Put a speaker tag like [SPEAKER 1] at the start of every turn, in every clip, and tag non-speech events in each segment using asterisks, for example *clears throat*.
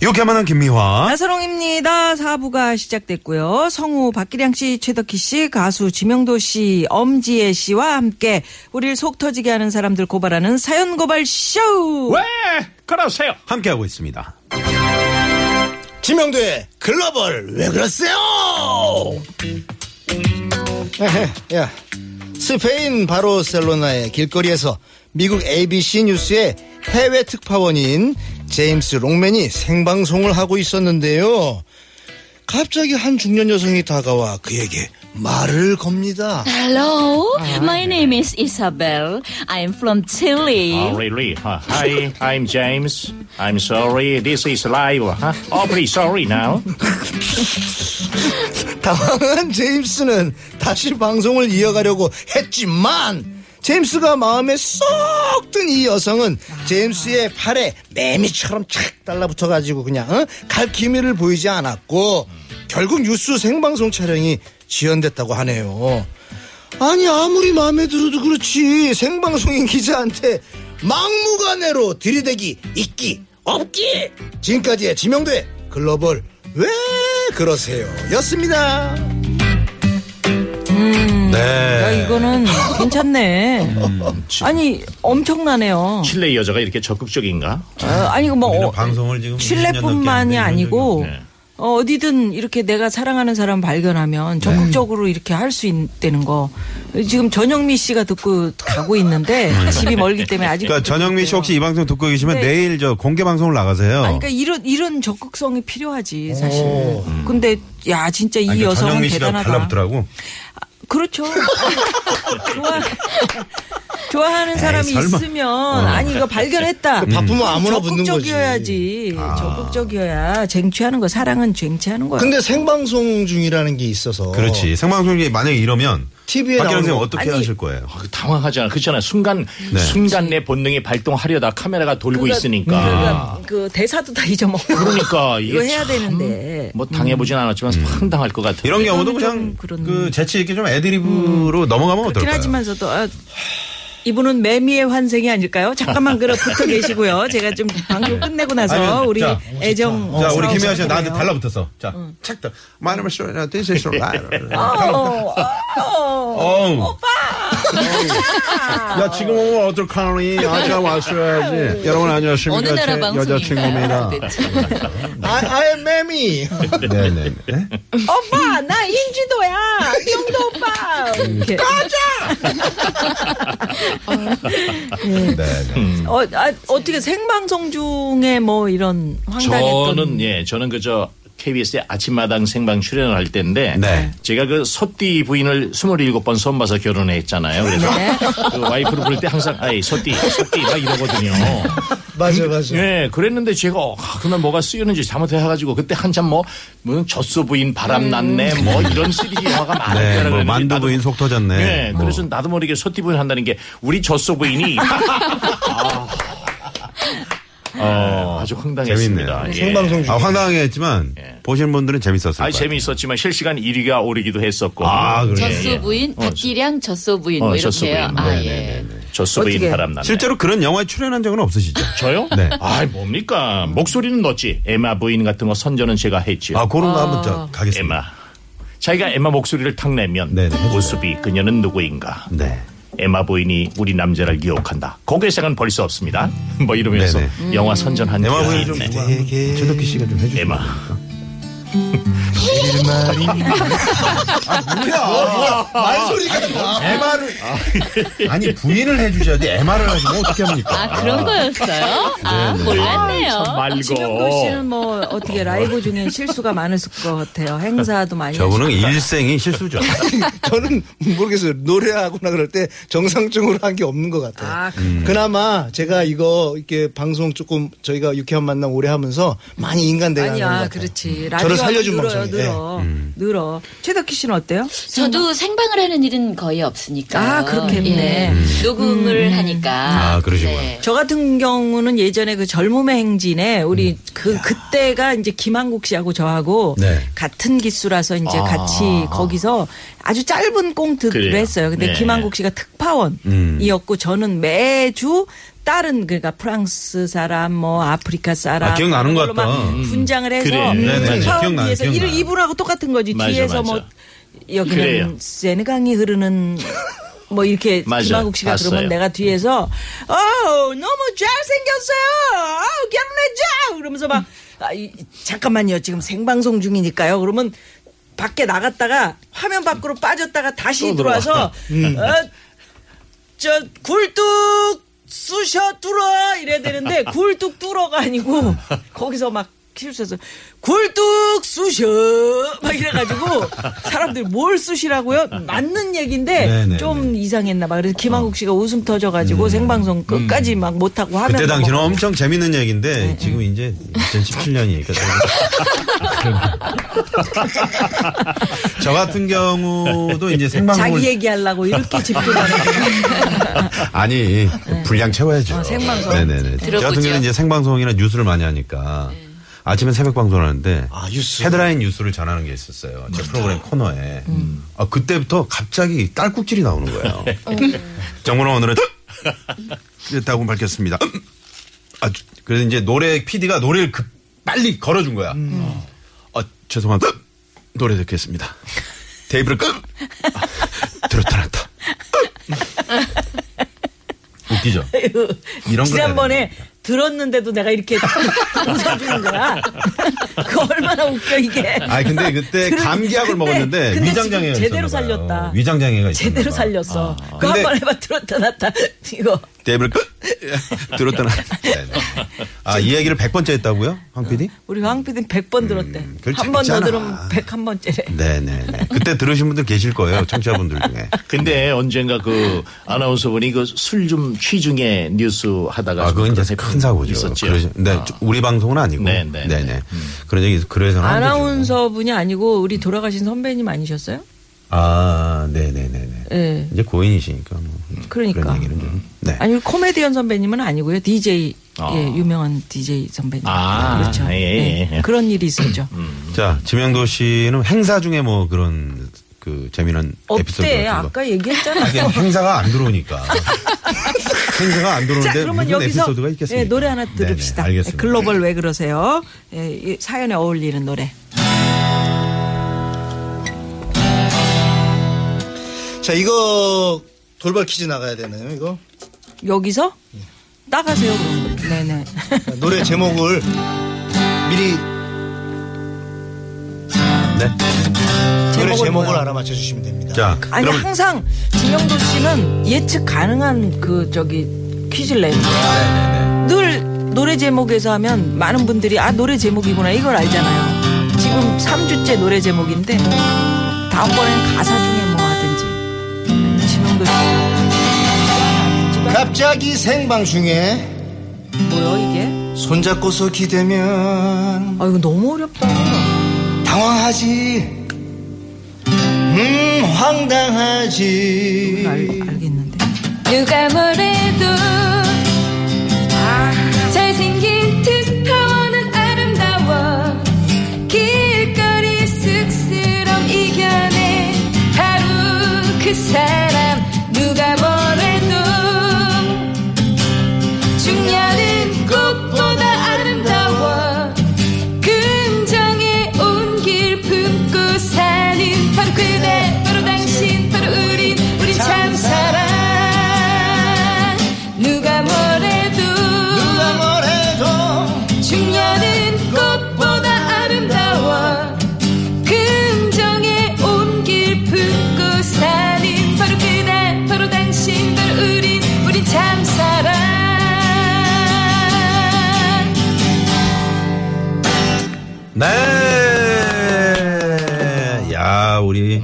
[SPEAKER 1] 유쾌만한 김미화.
[SPEAKER 2] 나서롱입니다. 사부가 시작됐고요. 성우 박기량 씨, 최덕희 씨, 가수 지명도 씨, 엄지혜 씨와 함께 우리를 속 터지게 하는 사람들 고발하는 사연 고발 쇼.
[SPEAKER 1] 왜? 그러세요. 함께하고 있습니다.
[SPEAKER 3] 지명도의 글로벌 왜 그러세요? 에헤, 야, 스페인 바르셀로나의 길거리에서 미국 ABC 뉴스의 해외 특파원인 제임스 롱맨이 생방송을 하고 있었는데요. 갑자기 한 중년 여성이 다가와 그에게 말을 겁니다.
[SPEAKER 4] Hello,
[SPEAKER 1] 아,
[SPEAKER 4] my
[SPEAKER 1] 네.
[SPEAKER 4] name is Isabel. I'm from Chile.
[SPEAKER 1] 아,
[SPEAKER 5] Oh, really? Uh, hi, I'm James. I'm sorry, this is live. Huh? Oh, please, sorry now.
[SPEAKER 3] 당황한 제임스는 다시 방송을 이어가려고 했지만 제임스가 마음에 쏙 든 이 여성은 제임스의 팔에 매미처럼 착 달라붙어가지고 그냥 어? 갈 기미를 보이지 않았고 결국 뉴스 생방송 촬영이 지연됐다고 하네요. 아니 아무리 마음에 들어도 그렇지 생방송인 기자한테 막무가내로 들이대기 있기 없기 지금까지의 지명대 글로벌 왜 그러세요 였습니다
[SPEAKER 2] 야,
[SPEAKER 1] 네.
[SPEAKER 2] 아,
[SPEAKER 1] 음,
[SPEAKER 2] 이거는 괜찮네. 아니, 엄청나네요.
[SPEAKER 5] 칠레 여자가 이렇게 적극적인가?
[SPEAKER 2] 어, 아니, 이거 뭐,
[SPEAKER 1] 우리는
[SPEAKER 2] 어,
[SPEAKER 1] 방송을 지금 20년 넘게 하는데
[SPEAKER 2] 실내뿐만이
[SPEAKER 1] 이런
[SPEAKER 2] 아니고
[SPEAKER 5] 적이 없네.
[SPEAKER 2] 어, 어디든 이렇게 내가 사랑하는 사람
[SPEAKER 1] 네.
[SPEAKER 2] 발견하면 적극적으로 이렇게 할 수 있다는 거. 지금 전영미 씨가 듣고 가고 있는데 집이 멀기 때문에 아직.
[SPEAKER 1] 음. 그러니까 전영미 씨 혹시 이 방송 듣고 계시면
[SPEAKER 2] 네.
[SPEAKER 1] 내일 저 공개 방송을 나가세요.
[SPEAKER 2] 아니, 그러니까 이런 이런 적극성이 필요하지 사실. 근데 야 진짜 이
[SPEAKER 1] 아니, 그러니까
[SPEAKER 2] 여성은
[SPEAKER 1] 전영미 씨랑
[SPEAKER 2] 대단하다.
[SPEAKER 1] 달라붙더라고.
[SPEAKER 2] 그렇죠. *laughs* 좋아 좋아하는 사람이
[SPEAKER 1] 설마.
[SPEAKER 2] 있으면 아니 이거 발견했다.
[SPEAKER 3] 그 바쁘면 아무나 붙는 거지
[SPEAKER 2] 음. 적극적이어야지. 적극적이어야 쟁취하는 거 사랑은 쟁취하는 거야.
[SPEAKER 3] 근데 생방송 중이라는 게 있어서
[SPEAKER 1] 그렇지. 생방송이 만약에 이러면
[SPEAKER 3] TV 에
[SPEAKER 1] 박기량
[SPEAKER 3] 나오는
[SPEAKER 1] 선생
[SPEAKER 3] 거.
[SPEAKER 1] 어떻게
[SPEAKER 2] 아니,
[SPEAKER 1] 하실 거예요?
[SPEAKER 5] 당황하잖아. 그렇잖아. 순간,
[SPEAKER 1] 네.
[SPEAKER 5] 순간 내 본능이 발동하려다 카메라가 돌고
[SPEAKER 2] 그러니까-
[SPEAKER 5] 있으니까.
[SPEAKER 2] 그러니까 그 대사도 다 잊어먹고.
[SPEAKER 5] 그러니까 이게
[SPEAKER 2] 이거 해야
[SPEAKER 5] 참
[SPEAKER 2] 되는데.
[SPEAKER 5] 뭐 당해보진 않았지만 황당할 것 같아.
[SPEAKER 1] 음. 이런 경우도
[SPEAKER 2] 이거는
[SPEAKER 1] 그냥
[SPEAKER 2] 좀 그런- 음,
[SPEAKER 1] 그 재치 있게 좀 애드리브로 넘어가면
[SPEAKER 2] 그렇긴
[SPEAKER 1] 어떨까요?
[SPEAKER 2] 하지만서도 아, 이분은 매미의 환생이 아닐까요? 잠깐만 그어 붙어 계시고요. 제가 좀 방송 끝내고 나서
[SPEAKER 1] 아니면,
[SPEAKER 2] 우리
[SPEAKER 1] 자,
[SPEAKER 2] 애정
[SPEAKER 1] 자, 우리 김혜아
[SPEAKER 2] 씨
[SPEAKER 1] 씨가 나한테 달라붙었어. 자,
[SPEAKER 2] 음.
[SPEAKER 1] 착다. 마누라 쇼라, 대세 쇼라. 어 오빠! 야, 지금 오면 어떡하니? 아까
[SPEAKER 2] *laughs*
[SPEAKER 1] 왔어야지. 여러분, 안녕하십니까.
[SPEAKER 4] 어느 나라
[SPEAKER 1] 제
[SPEAKER 4] 방송인가요?
[SPEAKER 2] 네,
[SPEAKER 4] 네.
[SPEAKER 1] 여자친구입니다.
[SPEAKER 3] I, 아, I am Mammy
[SPEAKER 1] 네네.
[SPEAKER 6] 음.
[SPEAKER 1] 네?
[SPEAKER 2] 오빠 나 인지도야. 용도 오빠. 이렇게.
[SPEAKER 1] 네. 네.
[SPEAKER 2] 어, 아, 어떻게 생방송 중에 뭐 이런 황당했던
[SPEAKER 5] 저는, 예, 저는 그저 KBS의 아침마당 생방 출연을 할 때인데.
[SPEAKER 1] 네.
[SPEAKER 5] 제가 그 소띠 부인을 27번 손 봐서 결혼했잖아요. 그래서
[SPEAKER 2] 네.
[SPEAKER 5] 그 와이프를 부를 때 항상, 아이, 소띠, 소띠, 막 이러거든요.
[SPEAKER 3] 맞아 맞아
[SPEAKER 5] 예, 그랬는데 제가 아, 그날 뭐가 쓰였는지 잘못해가지고 그때 한참 뭐, 뭐 젖소 부인
[SPEAKER 2] 음.
[SPEAKER 5] 바람 났네 뭐 이런 쓰레기 영화가 많을
[SPEAKER 1] 네, 뭐,
[SPEAKER 5] 때라고 그랬는데
[SPEAKER 1] 만두
[SPEAKER 5] 나도-
[SPEAKER 1] 부인 속 터졌네.
[SPEAKER 5] 예,
[SPEAKER 1] 뭐.
[SPEAKER 5] 그래서 나도 모르게 소띠 부인 한다는 게 우리 젖소 부인이
[SPEAKER 1] *laughs*
[SPEAKER 5] 아, 주 황당했습니다.
[SPEAKER 1] 재밌네요.
[SPEAKER 5] 예.
[SPEAKER 3] 생방송 중
[SPEAKER 1] 아, 황당하게 했지만,
[SPEAKER 6] 네.
[SPEAKER 1] 보신 분들은 재밌었을
[SPEAKER 5] 아
[SPEAKER 1] 거예요.
[SPEAKER 5] 재미있었지만 실시간 1위가 오르기도 했었고.
[SPEAKER 1] 아, 그래요?
[SPEAKER 5] 예,
[SPEAKER 4] 젖소
[SPEAKER 5] 예.
[SPEAKER 4] 부인, 박기량 젖소 부인,
[SPEAKER 5] 어,
[SPEAKER 4] 뭐
[SPEAKER 5] 젖소 부인.
[SPEAKER 4] 이렇게요. 아,
[SPEAKER 5] 네,
[SPEAKER 4] 예.
[SPEAKER 5] 젖소 부인
[SPEAKER 2] 어떻게?
[SPEAKER 5] 바람 났네.
[SPEAKER 1] 실제로 그런 영화에 출연한
[SPEAKER 6] *laughs*
[SPEAKER 1] 적은 없으시죠?
[SPEAKER 5] 저요?
[SPEAKER 1] 네.
[SPEAKER 5] 아, 뭡니까? 목소리는 넣었지. 에마 부인 같은 거 선전은 제가 했지요.
[SPEAKER 1] 아, 그런 거 한번 자, 가겠습니다.
[SPEAKER 5] 에마. 자기가 에마 목소리를 탁 내면
[SPEAKER 1] 네네.
[SPEAKER 5] 모습이 그녀는 누구인가?
[SPEAKER 1] 네.
[SPEAKER 5] 에마 부인이 우리 남자를 유혹한다. 고개생은 벌써 없습니다. *laughs* 뭐 이러면서
[SPEAKER 1] 네네.
[SPEAKER 5] 영화 선전한 네.
[SPEAKER 1] 에마
[SPEAKER 6] 네.
[SPEAKER 5] 기억이
[SPEAKER 1] 부인 좀,
[SPEAKER 5] 있네.
[SPEAKER 1] 되게. 최덕기 씨가 좀 해주세요.
[SPEAKER 5] 에마.
[SPEAKER 3] 그 말이
[SPEAKER 6] 뭐야?
[SPEAKER 3] 말소리가 나.
[SPEAKER 6] MR을 아니 부인을 해주셔야지 MR을 하시면 어떻게 합니까?
[SPEAKER 7] 아, 그런 거였어요? 아, 몰랐네요.
[SPEAKER 2] 지명도
[SPEAKER 5] 말고.
[SPEAKER 2] 씨는 뭐 어떻게 라이브 중에 실수가 많았을 것 같아요. 행사도 많이.
[SPEAKER 1] *laughs* 저분은 일생이 실수죠.
[SPEAKER 3] 저는 모르겠어요. 노래하거나 그럴 때 정상적으로 한 게 없는 것 같아요.
[SPEAKER 2] 아,
[SPEAKER 3] 그나마 제가 이거 이렇게 방송 조금 저희가 유쾌한 만남 오래 하면서 많이
[SPEAKER 1] 네,
[SPEAKER 3] 인간대가 하는 것
[SPEAKER 2] 아니야,
[SPEAKER 3] 같아요.
[SPEAKER 2] 그렇지.
[SPEAKER 3] 음.
[SPEAKER 2] 라디오
[SPEAKER 3] 저를 살려준
[SPEAKER 2] 늘어요,
[SPEAKER 3] 방송이
[SPEAKER 1] 예.
[SPEAKER 2] 늘어,
[SPEAKER 1] 음.
[SPEAKER 2] 늘어. 최덕희 씨는 어때요?
[SPEAKER 7] 저도 생방을 하는 일은 거의 없으니까. 예.
[SPEAKER 2] 아, 그렇겠네.
[SPEAKER 7] 녹음을 하니까. 네.
[SPEAKER 1] 아, 그러시구나.
[SPEAKER 2] 저 같은 경우는 예전에 그 젊음의 행진에 우리 그 그때가 이제 김한국 씨하고 저하고
[SPEAKER 6] 네.
[SPEAKER 2] 같은 기수라서 이제
[SPEAKER 5] 아.
[SPEAKER 2] 같이 거기서 아주 짧은 꽁트를
[SPEAKER 5] 그래요.
[SPEAKER 2] 했어요. 근데
[SPEAKER 5] 네.
[SPEAKER 2] 김한국 씨가 특파원이었고
[SPEAKER 1] 음.
[SPEAKER 2] 저는 매주 다른 그러니까 프랑스 사람 뭐 아프리카 사람
[SPEAKER 1] 아, 기억나는 것
[SPEAKER 2] 그런 걸로
[SPEAKER 1] 같다. 음.
[SPEAKER 2] 막 분장을 해서
[SPEAKER 5] 그래.
[SPEAKER 2] 특파원
[SPEAKER 1] 네, 네, 네. 기억나요,
[SPEAKER 2] 뒤에서
[SPEAKER 1] 기억나요.
[SPEAKER 2] 이를- 이분하고 똑같은 거지
[SPEAKER 5] 맞아,
[SPEAKER 2] 뒤에서
[SPEAKER 5] 맞아.
[SPEAKER 2] 뭐 여기는
[SPEAKER 5] 그래요.
[SPEAKER 2] 세느강이 흐르는 뭐 이렇게
[SPEAKER 5] 맞아,
[SPEAKER 2] 김한국 씨가 그러면
[SPEAKER 5] 봤어요. 네.
[SPEAKER 2] 내가 뒤에서 어 너무 잘생겼어요 어 결혼해줘 그러면서 막 아, 이- 잠깐만요 지금 생방송 중이니까요 그러면 밖에 나갔다가 화면 밖으로 빠졌다가 다시
[SPEAKER 5] 또 음.
[SPEAKER 2] 들어와서 어, 저 굴뚝 쑤셔 뚫어 이래야 되는데 굴뚝 뚫어가 아니고 거기서 막 실수해서 굴뚝 쑤셔 막 이래가지고 사람들 뭘 쑤시라고요? 맞는 얘기인데
[SPEAKER 1] 네네,
[SPEAKER 2] 좀 이상했나 봐. 그래서 김한국 씨가 웃음 터져가지고 생방송 끝까지 막 못하고 하면
[SPEAKER 1] 음. 그때 당시는 엄청 재밌는 얘기인데
[SPEAKER 6] 음,
[SPEAKER 1] 지금 이제 2017년이니까.
[SPEAKER 6] *laughs*
[SPEAKER 1] 저 같은 경우도 이제
[SPEAKER 2] 자기
[SPEAKER 1] 생방송을
[SPEAKER 2] 얘기하려고
[SPEAKER 1] *laughs*
[SPEAKER 2] 이렇게 집중하는
[SPEAKER 1] 아니 분량 채워야죠.
[SPEAKER 2] 어, 생방송.
[SPEAKER 1] 네네네. 저 같은 경우는 이제 생방송이나 뉴스를 많이 하니까
[SPEAKER 2] 네.
[SPEAKER 1] 아침에 새벽 방송을 하는데
[SPEAKER 3] 아,
[SPEAKER 1] 헤드라인 뉴스를 전하는 게 있었어요. 제 프로그램 코너에.
[SPEAKER 2] 음.
[SPEAKER 1] 아, 그때부터 갑자기 딸꾹질이 나오는 거예요.
[SPEAKER 2] 네.
[SPEAKER 1] 정문호 오늘은 그랬다고 밝혔습니다. 아, 그래서 이제 노래 PD가 노래를 급 빨리 걸어준 거야.
[SPEAKER 2] 음.
[SPEAKER 1] 아, 죄송합니다. 노래 듣겠습니다. 테이블을 끄. 아, 들었다 놨다. 웃기죠. 이런 거
[SPEAKER 2] 지난번에 들었는데도 내가 이렇게 *laughs* 웃어주는 거야. *laughs* 그 얼마나 웃겨 이게.
[SPEAKER 1] 아니 근데 그때
[SPEAKER 2] 들은-
[SPEAKER 1] 감기약을
[SPEAKER 2] 근데-
[SPEAKER 1] 먹었는데
[SPEAKER 2] 근데
[SPEAKER 1] 위장장애가
[SPEAKER 2] 지금 제대로
[SPEAKER 1] 있었나 봐요.
[SPEAKER 2] 살렸다.
[SPEAKER 1] 위장장애가 있었나
[SPEAKER 2] 제대로
[SPEAKER 1] 봐요.
[SPEAKER 2] 살렸어.
[SPEAKER 1] 아.
[SPEAKER 2] 그 한
[SPEAKER 1] 근데-
[SPEAKER 2] 번 해봐 들었다 *laughs* 놨다 이거.
[SPEAKER 1] 테이블을
[SPEAKER 5] *laughs*
[SPEAKER 1] 끄. 들었다 놨다. 아이 얘기를 100번째 했다고요? 황 PD?
[SPEAKER 2] 우리 황 PD는 100번 들었대.
[SPEAKER 1] 음, 그렇지
[SPEAKER 2] 한 번 더
[SPEAKER 1] 않잖아. 아,
[SPEAKER 2] 들으면 101번째래.
[SPEAKER 1] 네네네. 그때 들으신 분들 계실 거예요. 청취자분들 중에.
[SPEAKER 5] 근데 언젠가 그 아나운서분이 그 술 좀 취중에 뉴스 하다가
[SPEAKER 1] 아, 그건
[SPEAKER 5] 그런
[SPEAKER 1] 이제
[SPEAKER 5] 사건이
[SPEAKER 1] 큰 사고죠.
[SPEAKER 5] 있었죠.
[SPEAKER 1] 그러- 네,
[SPEAKER 5] 아.
[SPEAKER 1] 우리 방송은 아니고.
[SPEAKER 5] 네,
[SPEAKER 1] 네네.
[SPEAKER 5] 네, 네.
[SPEAKER 1] 그런 얘기, 그래서는. 안 되죠.
[SPEAKER 2] 아나운서 분이 아니고 우리 돌아가신 선배님 아니셨어요?
[SPEAKER 1] 아, 네네네네.
[SPEAKER 2] 예.
[SPEAKER 1] 이제 고인이시니까. 뭐
[SPEAKER 2] 그러니까.
[SPEAKER 1] 그런 얘기는 좀. 네.
[SPEAKER 2] 아니 코미디언 선배님은 아니고요. DJ 예, 유명한 DJ 선배님.
[SPEAKER 5] 아,
[SPEAKER 2] 그렇죠.
[SPEAKER 5] 예, 예,
[SPEAKER 2] 예.
[SPEAKER 5] 예.
[SPEAKER 2] 그런 일이 있었죠.
[SPEAKER 1] 음, 자, 지명도 씨는 행사 중에 뭐 그런 그 재미난 에피소드. 같은
[SPEAKER 2] 어때?
[SPEAKER 1] 거.
[SPEAKER 2] 아까 얘기했잖아.
[SPEAKER 1] 이게 행사가 안 들어오니까. 행사가 안
[SPEAKER 2] 자,
[SPEAKER 1] 들어오는데
[SPEAKER 2] 그러면
[SPEAKER 1] 무슨
[SPEAKER 2] 여기서
[SPEAKER 1] 에피소드가 있겠습니까?
[SPEAKER 2] 예, 노래 하나 들읍시다.
[SPEAKER 1] 네네, 알겠습니다.
[SPEAKER 2] 예, 글로벌 왜 그러세요? 예, 이 사연에 어울리는 노래.
[SPEAKER 3] 자, 이거 돌발 퀴즈 나가야 되나요, 이거?
[SPEAKER 2] 여기서 나가세요.
[SPEAKER 1] 음.
[SPEAKER 2] 그럼. 네네.
[SPEAKER 3] 노래 제목을 미리
[SPEAKER 1] 네.
[SPEAKER 3] 노래 제목을
[SPEAKER 2] 뭐야?
[SPEAKER 3] 알아 맞춰 주시면 됩니다.
[SPEAKER 1] 자,
[SPEAKER 2] 아니
[SPEAKER 1] 그럼
[SPEAKER 2] 항상 진영도 씨는 예측 가능한 그 저기 퀴즈를 내는데
[SPEAKER 1] 아,
[SPEAKER 2] 늘 노래 제목에서 하면 많은 분들이 아 노래 제목이구나 이걸 알잖아요. 지금 3주째 노래 제목인데 다음번엔 가사 중에 뭐 하든지 진영도 씨
[SPEAKER 3] 갑자기 생방 중에
[SPEAKER 2] 뭐요 이게?
[SPEAKER 3] 손잡고서 기대면
[SPEAKER 2] 아 이거 너무 어렵다.
[SPEAKER 3] 당황하지 음 황당하지
[SPEAKER 2] 알, 알겠는데.
[SPEAKER 4] 누가 뭐래도 잘생긴 특파원은 아름다워 길거리 쑥스럼 이겨내 하루 그 사람 누가 뭐래도 중년은 꽃보다 아름다워 긍정의 온길 품고 사는 바로 그대 바로 당신 바로 우린 우린 참 사랑 누가
[SPEAKER 1] 네. 네. 야, 우리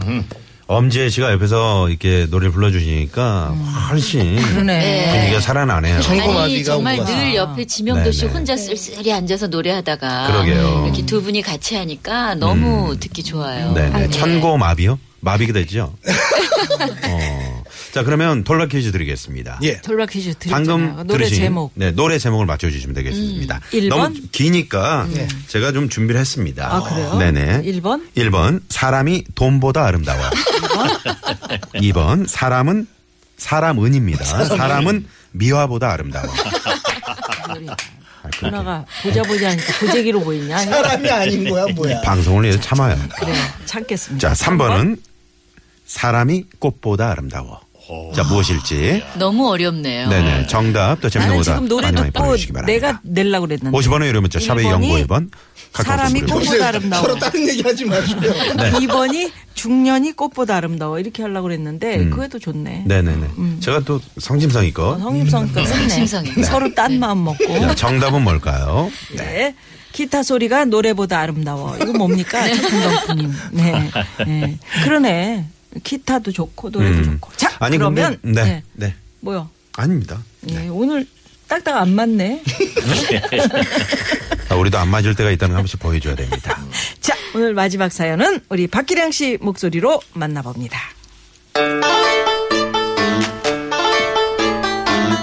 [SPEAKER 1] 엄지혜 씨가 옆에서 이렇게 노래를 불러주시니까 훨씬
[SPEAKER 2] 네.
[SPEAKER 1] 분위기가 살아나네요.
[SPEAKER 7] 아니
[SPEAKER 3] 청고마비가
[SPEAKER 7] 정말
[SPEAKER 3] 온것 같아.
[SPEAKER 7] 늘 옆에 지명도 씨
[SPEAKER 1] 네네.
[SPEAKER 7] 혼자 쓸쓸히 앉아서 노래하다가
[SPEAKER 1] 그러게요. 음.
[SPEAKER 7] 이렇게 두 분이 같이 하니까 너무 듣기 좋아요.
[SPEAKER 1] 네네.
[SPEAKER 7] 네.
[SPEAKER 1] 천고 마비요? 마비가 됐죠? *laughs* 어. 자, 그러면 돌발 퀴즈 드리겠습니다.
[SPEAKER 3] 예.
[SPEAKER 2] 돌발 퀴즈 드렸잖아요.
[SPEAKER 1] 방금
[SPEAKER 2] 노래
[SPEAKER 1] 들으신
[SPEAKER 2] 제목. 음,
[SPEAKER 1] 네, 노래 제목을 맞춰주시면 되겠습니다.
[SPEAKER 2] 일 번? 네.
[SPEAKER 1] 너무 기니까 제가 좀 준비를 했습니다.
[SPEAKER 2] 아, 그래요?
[SPEAKER 1] 네네.
[SPEAKER 2] 일 번?
[SPEAKER 1] 1번, 사람이 돈보다 아름다워. 2번, 사람은 사람은입니다.
[SPEAKER 2] 아,
[SPEAKER 1] 사람은 미화보다 아름다워. 아, 그렇게.
[SPEAKER 2] 누나가 보자 보자 하니까 고재기로 보이냐?
[SPEAKER 3] 사람이 아닌 거야 뭐야.
[SPEAKER 1] 방송을 위해서 참아요.
[SPEAKER 2] 그래요. 참겠습니다.
[SPEAKER 1] 자, 3번은 사람이 꽃보다 아름다워. 자, 무엇일지.
[SPEAKER 7] 너무 어렵네요.
[SPEAKER 1] 네네. 정답 또 재밌는
[SPEAKER 2] 나는
[SPEAKER 1] 오답
[SPEAKER 2] 지금 노래
[SPEAKER 1] 많이 많이
[SPEAKER 2] 듣고
[SPEAKER 1] 보내주시기 바랍니다.
[SPEAKER 2] 내가 내려고 그랬는데.
[SPEAKER 1] 50원의 유료 문자 샵의
[SPEAKER 2] 일 번이
[SPEAKER 1] 연구 1번.
[SPEAKER 2] 사람이 꽃보다 아름다워.
[SPEAKER 3] 서로 다른 얘기하지 *laughs* 마시고요.
[SPEAKER 2] 그러니까
[SPEAKER 1] 네.
[SPEAKER 2] 2번이 중년이 꽃보다 아름다워. 이렇게 하려고 그랬는데 그게도 좋네.
[SPEAKER 1] 음. 네네네.
[SPEAKER 2] 음.
[SPEAKER 1] 제가 또 성심성의껏.
[SPEAKER 2] 어, 성심성의껏
[SPEAKER 7] 음, 성심성의.
[SPEAKER 2] 했네. 서로 딴 마음 먹고.
[SPEAKER 1] 자, 정답은 뭘까요?
[SPEAKER 2] 네. 기타 소리가 노래보다 아름다워. 이거 뭡니까? 차풍덩프님. 네. 네. 그러네. 기타도 좋고 노래도
[SPEAKER 1] 음.
[SPEAKER 2] 좋고. 자,
[SPEAKER 1] 아니,
[SPEAKER 2] 그러면
[SPEAKER 1] 근데, 네, 네.
[SPEAKER 2] 뭐요?
[SPEAKER 1] 아닙니다.
[SPEAKER 2] 예, 오늘 딱딱 안 맞네.
[SPEAKER 1] 아, 우리도 안 맞을 때가 있다는 거 한 번씩 보여줘야 됩니다.
[SPEAKER 2] *laughs* 자, 오늘 마지막 사연은 우리 박기량 씨 목소리로 만나봅니다.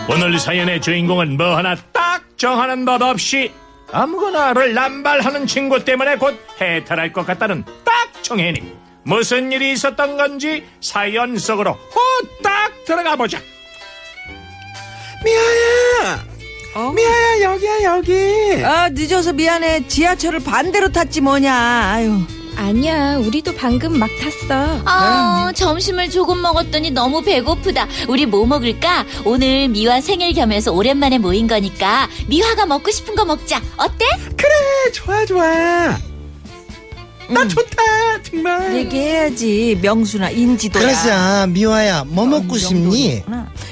[SPEAKER 5] 오늘 사연의 주인공은 뭐 하나 딱 정하는 법 없이 아무거나를 남발하는 친구 때문에 곧 해탈할 것 같다는 딱 정혜님. 무슨 일이 있었던 건지 사연 속으로 후딱 들어가 보자.
[SPEAKER 1] 미아야!
[SPEAKER 2] 어.
[SPEAKER 1] 미아야, 여기야, 여기!
[SPEAKER 2] 아, 늦어서 미안해. 지하철을 반대로 탔지 뭐냐. 아유.
[SPEAKER 8] 아니야, 우리도 방금 막 탔어.
[SPEAKER 7] 아, 점심을 조금 먹었더니 너무 배고프다. 우리 뭐 먹을까? 오늘 미화 생일 겸해서 오랜만에 모인 거니까 미화가 먹고 싶은 거 먹자. 어때?
[SPEAKER 1] 그래, 좋아, 좋아. 나 좋다, 정말.
[SPEAKER 2] 얘기해야지. 명수나 인지도야.
[SPEAKER 3] 그래서 미화야 뭐 먹고 싶니?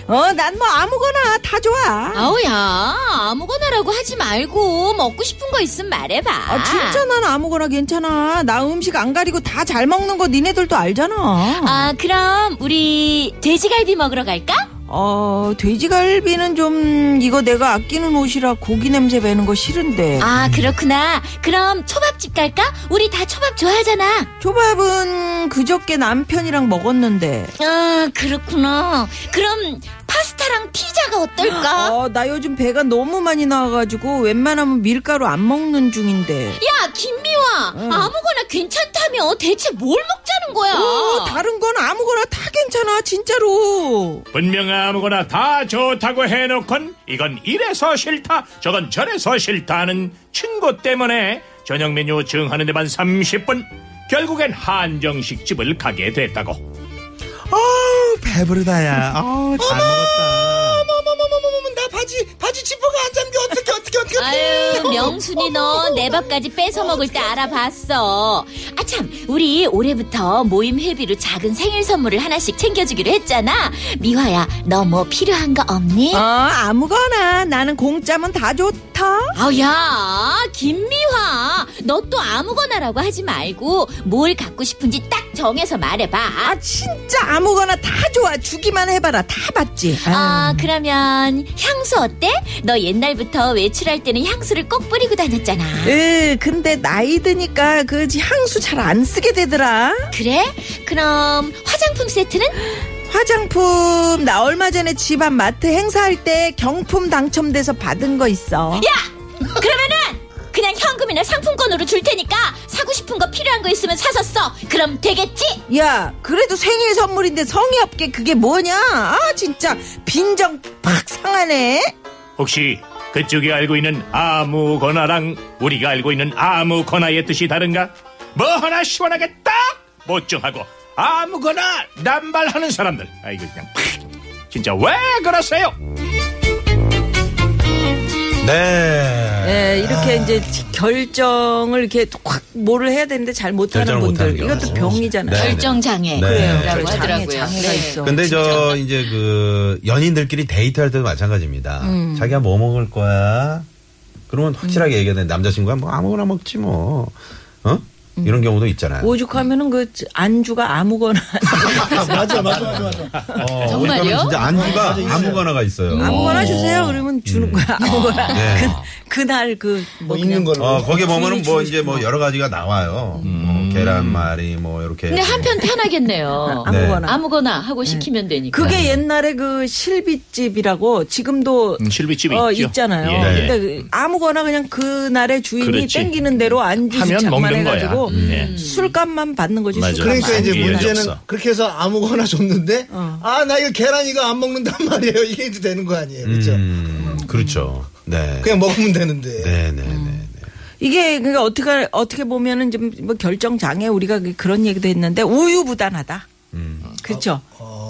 [SPEAKER 2] 어, 난 뭐 아무거나 다 좋아. 어?
[SPEAKER 7] 아우야, 아무거나라고 하지 말고 먹고 싶은 거 있으면 말해봐.
[SPEAKER 2] 아, 진짜 난 아무거나 괜찮아. 나 음식 안 가리고 다 잘 먹는 거 니네들도 알잖아.
[SPEAKER 7] 아, 그럼 우리 돼지갈비 먹으러 갈까?
[SPEAKER 2] 어, 돼지갈비는 좀 이거 내가 아끼는 옷이라 고기 냄새 배는 거 싫은데.
[SPEAKER 7] 아, 그렇구나. 그럼 초밥집 갈까? 우리 다 초밥 좋아하잖아.
[SPEAKER 2] 초밥은 그저께 남편이랑 먹었는데.
[SPEAKER 7] 아, 그렇구나. 그럼 파스타랑 피자가 어떨까?
[SPEAKER 2] 어, 나 요즘 배가 너무 많이 나와가지고 웬만하면 밀가루 안 먹는 중인데.
[SPEAKER 7] 야, 김미화. 아무거나 괜찮다며. 대체 뭘 먹자는 거야?
[SPEAKER 2] 어, 다른 건 아무거나 다 괜찮아, 진짜로.
[SPEAKER 5] 분명 아무거나 다 좋다고 해놓건 이건 이래서 싫다 저건 저래서 싫다는 친구 때문에 저녁 메뉴 정하는 데만 30분 결국엔 한정식 집을 가게 됐다고
[SPEAKER 1] 어우, 배부르다야.
[SPEAKER 3] 아,
[SPEAKER 1] 어우, 잘 먹었다.
[SPEAKER 3] 어머머머머머 나 바지 바지 지퍼가 안 잠겨 어떻게 어떻게 어떻게
[SPEAKER 7] 아유, 명순이 너 내 밥까지 뺏어 먹을 때 알아봤어. 아, 참. 우리 올해부터 모임 회비로 작은 생일 선물을 하나씩 챙겨주기로 했잖아. 미화야, 너 뭐 필요한 거 없니?
[SPEAKER 2] 어, 아무거나. 나는 공짜면 다 좋다.
[SPEAKER 7] 아우야, 김미화. 너 또 아무거나라고 하지 말고 뭘 갖고 싶은지 딱 정해서 말해봐.
[SPEAKER 2] 아, 진짜 아무거나 다 좋아. 주기만 해봐라. 다 받지.
[SPEAKER 7] 아, 그러면 향수 어때? 너 옛날부터 외출할 때는 향수를 꼭 뿌리고 다녔잖아.
[SPEAKER 2] 에, 근데 나이 드니까 그 향수 잘 안 쓰게 되더라.
[SPEAKER 7] 그래? 그럼 화장품 세트는?
[SPEAKER 2] 화장품 나 얼마 전에 집 앞 마트 행사할 때 경품 당첨돼서 받은 거 있어.
[SPEAKER 7] 야! 아! 그러면은 그냥 현금이나 상품권으로 줄 테니까 사고 싶은 거 필요한 거 있으면 사서 써. 그럼 되겠지?
[SPEAKER 2] 야, 그래도 생일 선물인데 성의 없게 그게 뭐냐? 아, 진짜 빈정 팍 상하네.
[SPEAKER 5] 혹시 그쪽이 알고 있는 아무거나랑 우리가 알고 있는 아무거나의 뜻이 다른가? 뭐 하나 시원하게 딱 못정하고 아무거나 남발하는 사람들 아이고 그냥 팍. 진짜 왜 그러세요?
[SPEAKER 1] 네.
[SPEAKER 2] 네, 이렇게 이제 결정을 이렇게 확 뭐를 해야 되는데 잘 못하는
[SPEAKER 1] 결정을
[SPEAKER 2] 분들.
[SPEAKER 1] 못하는 경우.
[SPEAKER 2] 이것도 병이잖아요.
[SPEAKER 1] 네.
[SPEAKER 7] 결정장애.
[SPEAKER 1] 네. 그래요.
[SPEAKER 2] 결-
[SPEAKER 7] 라고
[SPEAKER 2] 장애,
[SPEAKER 7] 하더라고요.
[SPEAKER 2] 장애가
[SPEAKER 7] 네.
[SPEAKER 2] 있어.
[SPEAKER 1] 근데 저 이제
[SPEAKER 2] 음.
[SPEAKER 1] 그 연인들끼리 데이트할 때도 마찬가지입니다. 자기야 뭐 먹을 거야? 그러면 확실하게 얘기해야 돼. 남자친구가 뭐 아무거나 먹지 뭐. 어? 이런 경우도 있잖아요.
[SPEAKER 2] 음. 오죽하면은 그 안주가
[SPEAKER 1] *laughs*
[SPEAKER 2] 아무거나
[SPEAKER 3] 맞아, 맞아, 맞아, 맞아.
[SPEAKER 1] 어,
[SPEAKER 7] 정말요?
[SPEAKER 1] 오죽하면 진짜 안주가 아무거나가 네. 있어요.
[SPEAKER 2] 아무거나
[SPEAKER 1] 어.
[SPEAKER 2] 주세요. 그러면 주는 거야. 아무거나
[SPEAKER 1] 음. 네.
[SPEAKER 2] 그, 그날 그
[SPEAKER 3] 뭐
[SPEAKER 2] 뭐
[SPEAKER 3] 있는
[SPEAKER 2] 그냥
[SPEAKER 3] 걸로.
[SPEAKER 1] 어, 거기에 보면은
[SPEAKER 2] 주문이
[SPEAKER 1] 뭐
[SPEAKER 2] 주문이
[SPEAKER 1] 이제 뭐
[SPEAKER 2] 주문이
[SPEAKER 1] 여러 가지가 나와요. 뭐 계란말이 뭐 이렇게.
[SPEAKER 7] 근데 한편 편하겠네요.
[SPEAKER 1] 네.
[SPEAKER 2] 아무거나.
[SPEAKER 7] 아무거나 하고 시키면 되니까.
[SPEAKER 2] 그게 옛날에 그 실비집이라고 지금도
[SPEAKER 5] 네. 음, 실비집이
[SPEAKER 2] 어,
[SPEAKER 5] 있죠.
[SPEAKER 2] 잖아요
[SPEAKER 5] 예, 예.
[SPEAKER 2] 근데 그 아무거나 그냥 그날의 주인이
[SPEAKER 5] 그렇지.
[SPEAKER 2] 땡기는 대로 안주
[SPEAKER 5] 하면
[SPEAKER 2] 장만
[SPEAKER 5] 먹는 거야.
[SPEAKER 2] 해가지고
[SPEAKER 5] 음. 네.
[SPEAKER 2] 술값만 받는 거지.
[SPEAKER 5] 맞아.
[SPEAKER 2] 술값만.
[SPEAKER 3] 그러니까 이제
[SPEAKER 5] 아무 일이
[SPEAKER 3] 문제는
[SPEAKER 5] 없어.
[SPEAKER 3] 그렇게 해서 아무거나 줬는데 아 나 이거 계란 이거 안 먹는단 *laughs* 말이에요 이게 이제 되는 거 아니에요 그죠
[SPEAKER 1] 음, 그렇죠. 네.
[SPEAKER 3] 그냥 먹으면 되는데
[SPEAKER 1] 네, 네, 네. 네.
[SPEAKER 2] 이게 그러니까 어떻게 어떻게 보면은 좀 뭐 결정 장애 우리가 그- 그런 얘기도 했는데 우유부단하다. 그렇죠.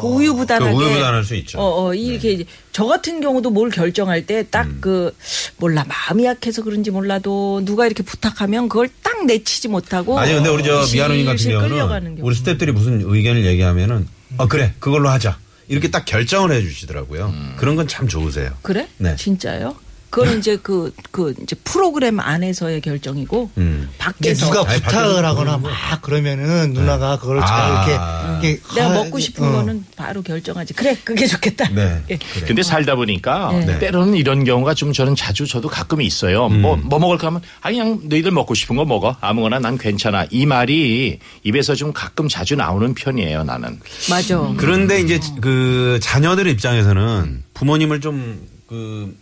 [SPEAKER 2] 그 우유부단하게.
[SPEAKER 1] 음. 그 우유부단할 수 있죠. 네.
[SPEAKER 2] 어, 어, 이렇게 이제 저 같은 경우도 뭘 결정할 때
[SPEAKER 1] 음.
[SPEAKER 2] 딱 그 몰라 마음이 약해서 그런지 몰라도 누가 이렇게 부탁하면 그걸 딱 내치지 못하고.
[SPEAKER 1] 아니 근데 우리 저
[SPEAKER 2] 실실
[SPEAKER 1] 미아노님 같은
[SPEAKER 2] 끌려가는
[SPEAKER 1] 경우는
[SPEAKER 2] 경우.
[SPEAKER 1] 우리 스태프들이 무슨 의견을 얘기하면은 어 그래 그걸로 하자 이렇게 딱 결정을 해주시더라고요. 음. 그런 건 참 좋으세요.
[SPEAKER 2] 그래?
[SPEAKER 1] 네.
[SPEAKER 2] 진짜요? 그건 이제 그, 그 이제 프로그램 안에서의 결정이고
[SPEAKER 1] 음.
[SPEAKER 3] 이게
[SPEAKER 2] 밖에서
[SPEAKER 3] 네, 누가
[SPEAKER 1] 아니, 밖에서
[SPEAKER 3] 부탁을 하거나 막 그러면은 누나가 그걸 잘
[SPEAKER 1] 아.
[SPEAKER 3] 이렇게, 이렇게
[SPEAKER 2] 음. 내가
[SPEAKER 3] 하-
[SPEAKER 2] 먹고 싶은
[SPEAKER 3] 어.
[SPEAKER 2] 거는 바로 결정하지. 그래, 그게 좋겠다.
[SPEAKER 1] 네.
[SPEAKER 2] 예.
[SPEAKER 1] 그래.
[SPEAKER 5] 근데 살다 보니까 때로는 이런 경우가 좀 저는 자주 저도 가끔 있어요. 뭐, 뭐 먹을까 하면 아 그냥 너희들 먹고 싶은 거 먹어. 아무거나 난 괜찮아. 이 말이 입에서 좀 가끔 자주 나오는 편이에요, 나는.
[SPEAKER 2] 맞아.
[SPEAKER 1] 그런데 이제 그 자녀들 입장에서는 부모님을 좀 그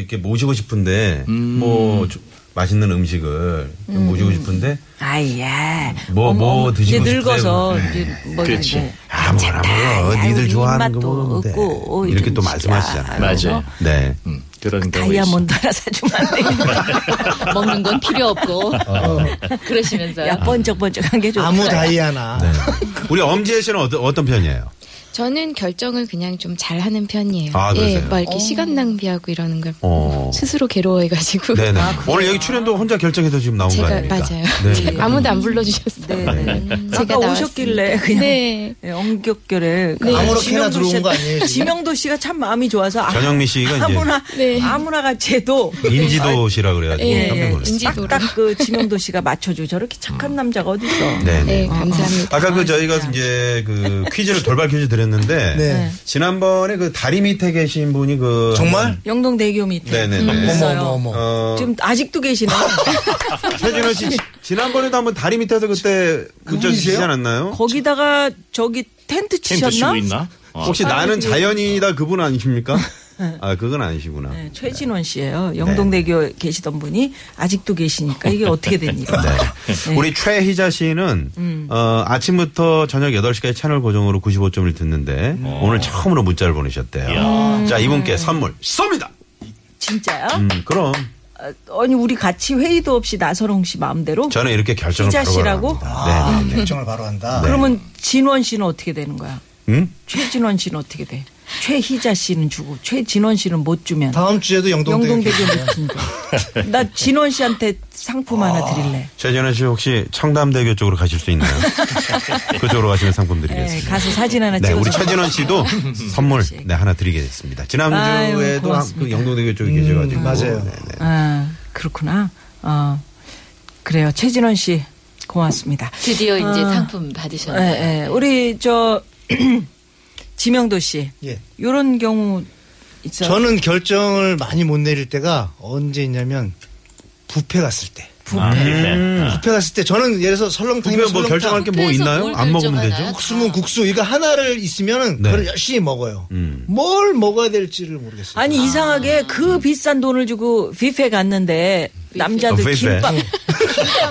[SPEAKER 1] 이렇게 모시고 싶은데 뭐좀 맛있는 음식을 좀 모시고 싶은데
[SPEAKER 2] 아예.
[SPEAKER 1] 뭐, 뭐 드시고 싶으세요?
[SPEAKER 2] 이제
[SPEAKER 1] 네.
[SPEAKER 2] 늙어서 이제 뭐
[SPEAKER 5] 그렇지.
[SPEAKER 2] 이제
[SPEAKER 1] 아무거나 먹어
[SPEAKER 2] 아이고,
[SPEAKER 1] 니들
[SPEAKER 2] 이
[SPEAKER 1] 좋아하는 거
[SPEAKER 2] 맛도
[SPEAKER 1] 먹으면 돼
[SPEAKER 2] 없고, 어이,
[SPEAKER 1] 이렇게
[SPEAKER 2] 좀
[SPEAKER 1] 또
[SPEAKER 2] 진짜. 뭐
[SPEAKER 1] 말씀하시잖아요.
[SPEAKER 5] 맞아요.
[SPEAKER 1] 네.
[SPEAKER 5] 음, 그런 경우 있어요.
[SPEAKER 2] 다이아몬드 하나 사주면 안
[SPEAKER 1] *laughs*
[SPEAKER 2] 되겠다.
[SPEAKER 7] *laughs* 먹는 건 필요 없고 *laughs* 그러시면서요.
[SPEAKER 2] 야, 번쩍번쩍한 게 좋다.
[SPEAKER 3] 아무 다이아나
[SPEAKER 1] 네. *laughs* 우리 엄지혜 씨는 어떤, 어떤 편이에요?
[SPEAKER 8] 저는 결정을 그냥 좀 잘하는 편이에요.
[SPEAKER 1] 아,
[SPEAKER 8] 예,
[SPEAKER 1] 그러세요?
[SPEAKER 8] 막 이렇게 시간 낭비하고 이러는 걸
[SPEAKER 1] 어.
[SPEAKER 8] 스스로 괴로워해가지고
[SPEAKER 1] 네네. 오늘 여기 출연도 혼자 결정해서 지금 나온 거
[SPEAKER 8] 아,
[SPEAKER 1] 아닙니까?
[SPEAKER 8] 제가 맞아요.
[SPEAKER 1] 네.
[SPEAKER 8] *laughs* 아무도 안
[SPEAKER 2] 네.
[SPEAKER 8] 불러주셨어요.
[SPEAKER 2] 아까 오셨길래 그냥
[SPEAKER 8] 네.
[SPEAKER 2] 예,
[SPEAKER 1] 네.
[SPEAKER 2] 엉겹결에 그
[SPEAKER 3] 아무렇게나
[SPEAKER 2] 지명도
[SPEAKER 3] 들어온
[SPEAKER 2] 씨-
[SPEAKER 3] 거 아니에요, 지금?
[SPEAKER 2] 지명도 씨가 참 마음이 좋아서 아,
[SPEAKER 1] 전영미 씨가 이제 네.
[SPEAKER 2] 아무나
[SPEAKER 8] 네.
[SPEAKER 2] 아무나가 쟤도 네.
[SPEAKER 1] 인지도 씨라 그래가지고
[SPEAKER 8] 예,
[SPEAKER 1] 깜짝
[SPEAKER 8] 예.
[SPEAKER 1] 놀랐어요.
[SPEAKER 8] 인지도로.
[SPEAKER 2] 딱 그 지명도 씨가 맞춰줘 저렇게 착한 남자가 어디 있어?
[SPEAKER 1] 음. 네네.
[SPEAKER 8] 네, 감사합니다.
[SPEAKER 1] 아까 그
[SPEAKER 8] 아,
[SPEAKER 1] 저희가
[SPEAKER 8] 진짜.
[SPEAKER 1] 이제 그 퀴즈를 돌발 퀴즈 드렸는데
[SPEAKER 3] *laughs* 네.
[SPEAKER 1] 지난번에 그 다리 밑에 계신 분이 그
[SPEAKER 3] 정말
[SPEAKER 2] 영동 대교 밑에
[SPEAKER 1] 네네네.
[SPEAKER 2] 음,
[SPEAKER 3] 어머
[SPEAKER 2] 있어요.
[SPEAKER 3] 어머 어머
[SPEAKER 1] 어,
[SPEAKER 2] 지금 아직도 계시네.
[SPEAKER 1] 최진호 씨 지난번에도 한번 다리 밑에서 그때 문자 주시지
[SPEAKER 3] 그분이세요?
[SPEAKER 1] 않았나요?
[SPEAKER 2] 거기다가 저기 텐트
[SPEAKER 5] 텐트 치고
[SPEAKER 2] 치셨나?
[SPEAKER 5] 있나? 어.
[SPEAKER 1] 혹시
[SPEAKER 8] 아,
[SPEAKER 1] 나는
[SPEAKER 8] 예.
[SPEAKER 1] 자연이다 그분 아니십니까?
[SPEAKER 8] *laughs*
[SPEAKER 1] 아 그건 아니시구나.
[SPEAKER 2] 네, 최진원 씨예요. 영동대교 계시던 분이 아직도 계시니까 이게 어떻게 된 일이야?
[SPEAKER 1] 네. 우리 최희자 씨는
[SPEAKER 2] 음.
[SPEAKER 1] 어, 아침부터 저녁 8시까지 채널 고정으로 95점을 듣는데 오늘 처음으로 문자를 보내셨대요.
[SPEAKER 2] 음.
[SPEAKER 1] 자, 이분께 선물 쏩니다.
[SPEAKER 2] 진짜요?
[SPEAKER 1] 음, 그럼
[SPEAKER 2] 어, 아니 우리 같이 회의도 없이 나선홍 씨 마음대로?
[SPEAKER 1] 저는 이렇게 결정을
[SPEAKER 2] 희자
[SPEAKER 1] 바로
[SPEAKER 2] 씨라고? 아.
[SPEAKER 1] 합니다. 네, 네.
[SPEAKER 3] 아, 결정을 바로 한다
[SPEAKER 2] 그러면 진원 씨는 어떻게 되는 거야?
[SPEAKER 1] 음?
[SPEAKER 2] 최진원 씨는 어떻게 돼? 최희자 씨는 주고 최진원 씨는 못 주면
[SPEAKER 3] 다음 주에도 영동대교
[SPEAKER 2] 영동대교
[SPEAKER 3] 계시네요.
[SPEAKER 2] 못 준다. 나 진원 씨한테 상품 하나 드릴래.
[SPEAKER 1] 최진아 씨 혹시 청담대교 쪽으로 가실 수
[SPEAKER 2] *laughs*
[SPEAKER 1] 있나요? 그쪽으로 가시면 상품
[SPEAKER 2] 네,
[SPEAKER 1] 드리겠습니다.
[SPEAKER 2] 가서 사진 하나
[SPEAKER 1] 네,
[SPEAKER 2] 찍어서.
[SPEAKER 1] 우리 최진원
[SPEAKER 2] *laughs*
[SPEAKER 1] 씨도 선물 네, 하나 드리겠습니다.
[SPEAKER 2] 아유,
[SPEAKER 1] 지난주에도 한-
[SPEAKER 2] 고맙습니다. 음,
[SPEAKER 1] 그 영동대교 쪽에 계셔가지고.
[SPEAKER 3] 맞아요.
[SPEAKER 1] 네, 네.
[SPEAKER 2] 아, 그렇구나. 어, 그래요. 최진원 씨 고맙습니다.
[SPEAKER 7] 드디어 이제
[SPEAKER 2] 아.
[SPEAKER 7] 상품
[SPEAKER 2] 예,
[SPEAKER 7] 받으셨네요.
[SPEAKER 2] 예. 우리 저 *clears throat* 지명도 씨.
[SPEAKER 3] 예.
[SPEAKER 2] 요런 경우 있어.
[SPEAKER 3] 저는 결정을 많이 못 내릴 때가 언제 있냐면 뷔페 갔을 때
[SPEAKER 5] 아, 네.
[SPEAKER 3] 뷔페 갔을 때 저는 예를 들어서 설렁탕이면
[SPEAKER 1] 그러면 음. 뭐
[SPEAKER 3] 설렁탕,
[SPEAKER 2] 음.
[SPEAKER 1] 결정할 게 뭐
[SPEAKER 7] 그래서
[SPEAKER 1] 있나요?
[SPEAKER 7] 뭘
[SPEAKER 1] 안 먹으면
[SPEAKER 7] 결정하나요?
[SPEAKER 1] 되죠?
[SPEAKER 2] 아.
[SPEAKER 3] 국수면 국수 이거 하나를 있으면은
[SPEAKER 1] 네.
[SPEAKER 3] 그걸 열심히 먹어요
[SPEAKER 1] 음.
[SPEAKER 3] 뭘 먹어야 될지를 모르겠어요
[SPEAKER 2] 아니 이상하게 그 비싼 돈을 주고 뷔페 갔는데 남자들
[SPEAKER 1] 어, 뷔페. *laughs*
[SPEAKER 2] 김밥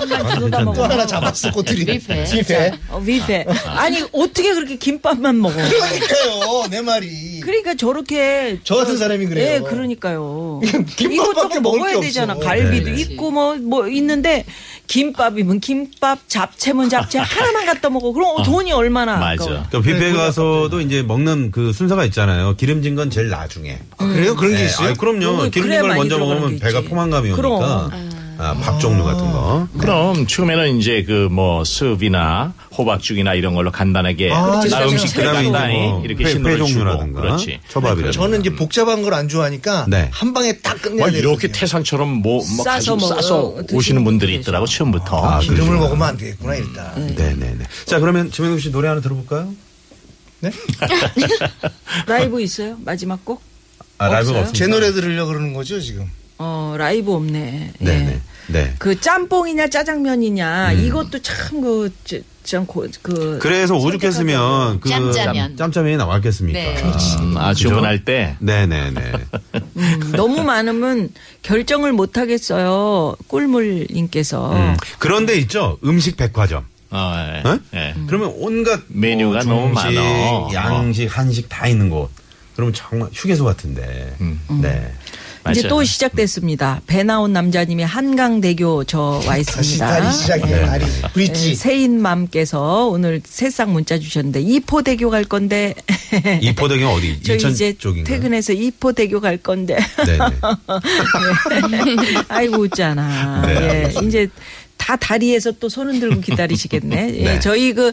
[SPEAKER 1] 아,
[SPEAKER 2] 김밥만 주워다
[SPEAKER 1] 괜찮네.
[SPEAKER 3] 또
[SPEAKER 2] 먹어.
[SPEAKER 3] 하나 잡았어 꼬투리
[SPEAKER 7] 뷔페.
[SPEAKER 3] 뷔페
[SPEAKER 2] 어, 뷔페. 아니 어떻게 그렇게 김밥만 먹어?
[SPEAKER 3] 그러니까요 내 말이
[SPEAKER 2] 그러니까 저렇게
[SPEAKER 3] 저 같은 사람이 그래요.
[SPEAKER 2] 예, 그러니까요.
[SPEAKER 3] 김밥밖에
[SPEAKER 2] 이것저것
[SPEAKER 3] 먹을 게
[SPEAKER 2] 먹어야
[SPEAKER 3] 없어.
[SPEAKER 2] 되잖아. 갈비도
[SPEAKER 1] 네, 네.
[SPEAKER 2] 있고 뭐 뭐 있는데 김밥이면 김밥, 잡채면 잡채 하나만 갖다 먹어. 그럼 돈이 얼마나 아까워.
[SPEAKER 5] 맞아.
[SPEAKER 1] 그 뷔페 가서도 이제 먹는 그 순서가 있잖아요. 기름진 건 제일 나중에.
[SPEAKER 3] 아, 그래요 그런 게
[SPEAKER 1] 네,
[SPEAKER 3] 있어요
[SPEAKER 1] 아니, 그럼요.
[SPEAKER 2] 그래
[SPEAKER 1] 기름진 걸
[SPEAKER 2] 많이
[SPEAKER 1] 먼저
[SPEAKER 2] 들어가는
[SPEAKER 1] 먹으면
[SPEAKER 2] 게
[SPEAKER 1] 배가
[SPEAKER 2] 있지.
[SPEAKER 1] 포만감이 오니까.
[SPEAKER 2] 그럼. 아.
[SPEAKER 1] 아, 밥 종류 같은 거.
[SPEAKER 5] 그럼 처음에는 이제 그 뭐 수비나 호박죽이나 이런 걸로 간단하게 나
[SPEAKER 8] 그렇죠.
[SPEAKER 5] 음식들
[SPEAKER 1] 그다음에 이제
[SPEAKER 5] 간단히
[SPEAKER 1] 뭐
[SPEAKER 5] 이렇게
[SPEAKER 1] 회- 회
[SPEAKER 5] 신호를 주고
[SPEAKER 1] 종류라든가
[SPEAKER 5] 그렇지.
[SPEAKER 1] 초밥이라든가.
[SPEAKER 3] 저는 이제 복잡한 걸 안 좋아하니까
[SPEAKER 1] 네.
[SPEAKER 3] 한 방에 딱
[SPEAKER 5] 뭐
[SPEAKER 3] 끝내야 돼요.
[SPEAKER 5] 이렇게 태산처럼 뭐, 뭐
[SPEAKER 2] 싸서
[SPEAKER 5] 가지고 싸서
[SPEAKER 2] 먹어요.
[SPEAKER 5] 오시는
[SPEAKER 2] 드시는
[SPEAKER 5] 분들이
[SPEAKER 2] 분들이죠.
[SPEAKER 5] 있더라고 처음부터.
[SPEAKER 1] 아, 그래요?
[SPEAKER 3] 기름을 먹으면 안 되겠구나 일단.
[SPEAKER 1] 네네네. 자 그러면 지명국 씨 노래 하나 들어볼까요?
[SPEAKER 2] 라이브 있어요? 마지막 곡?
[SPEAKER 1] 아 라이브가
[SPEAKER 2] 없어요?
[SPEAKER 1] 없습니다.
[SPEAKER 3] 제 노래 들으려 그러는 거죠 지금.
[SPEAKER 2] 어, 라이브 없네. 예.
[SPEAKER 1] 네네. 네.
[SPEAKER 2] 그 짬뽕이냐 짜장면이냐
[SPEAKER 3] 음.
[SPEAKER 2] 이것도 참 그 참 그
[SPEAKER 1] 그래서 오죽했으면 그
[SPEAKER 7] 짬짜면.
[SPEAKER 1] 짬짜면이 나왔겠습니까?
[SPEAKER 7] 네.
[SPEAKER 5] 음, 아, 주문할 때
[SPEAKER 1] 네네네.
[SPEAKER 2] 음, 너무 많으면 결정을 못 하겠어요. 꿀물님께서
[SPEAKER 1] 음. 그런데 있죠 음식 백화점.
[SPEAKER 5] 어, 예.
[SPEAKER 1] 어?
[SPEAKER 5] 예.
[SPEAKER 1] 그러면 온갖 뭐
[SPEAKER 5] 메뉴가
[SPEAKER 1] 중식,
[SPEAKER 5] 너무 많아. 어.
[SPEAKER 1] 양식, 한식 다 있는 곳. 그러면 정말 휴게소 같은데.
[SPEAKER 5] 음.
[SPEAKER 1] 네.
[SPEAKER 2] 이제
[SPEAKER 5] 맞아요.
[SPEAKER 2] 또 시작됐습니다. 배 나온 남자님의 한강대교 저 와
[SPEAKER 3] 다시 네,
[SPEAKER 2] 있습니다.
[SPEAKER 3] 다리 시작이에요. 다리 브릿지.
[SPEAKER 2] 세인맘께서 오늘 새싹 문자 주셨는데 이포대교 갈 건데 *laughs*
[SPEAKER 1] 이포대교는 어디?
[SPEAKER 2] 저
[SPEAKER 1] 이천
[SPEAKER 2] 이제
[SPEAKER 1] 쪽인가요?
[SPEAKER 2] 퇴근해서 이포대교 갈 건데 *laughs*
[SPEAKER 1] 네네.
[SPEAKER 2] 예. 아이고 웃잖아.
[SPEAKER 1] 네,
[SPEAKER 2] 예.
[SPEAKER 1] 알겠습니다.
[SPEAKER 2] 이제 다 다리에서 또 손 흔들고 기다리시겠네.
[SPEAKER 1] *laughs*
[SPEAKER 2] 예,
[SPEAKER 1] 네.
[SPEAKER 2] 저희 그